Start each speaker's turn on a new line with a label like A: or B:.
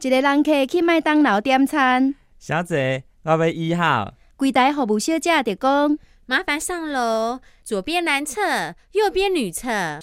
A: 一个人客去麦当劳点餐，
B: 小姐，我要一号。
A: 柜台服务小姐就讲，
C: 麻烦上楼，左边男厕，右边女厕。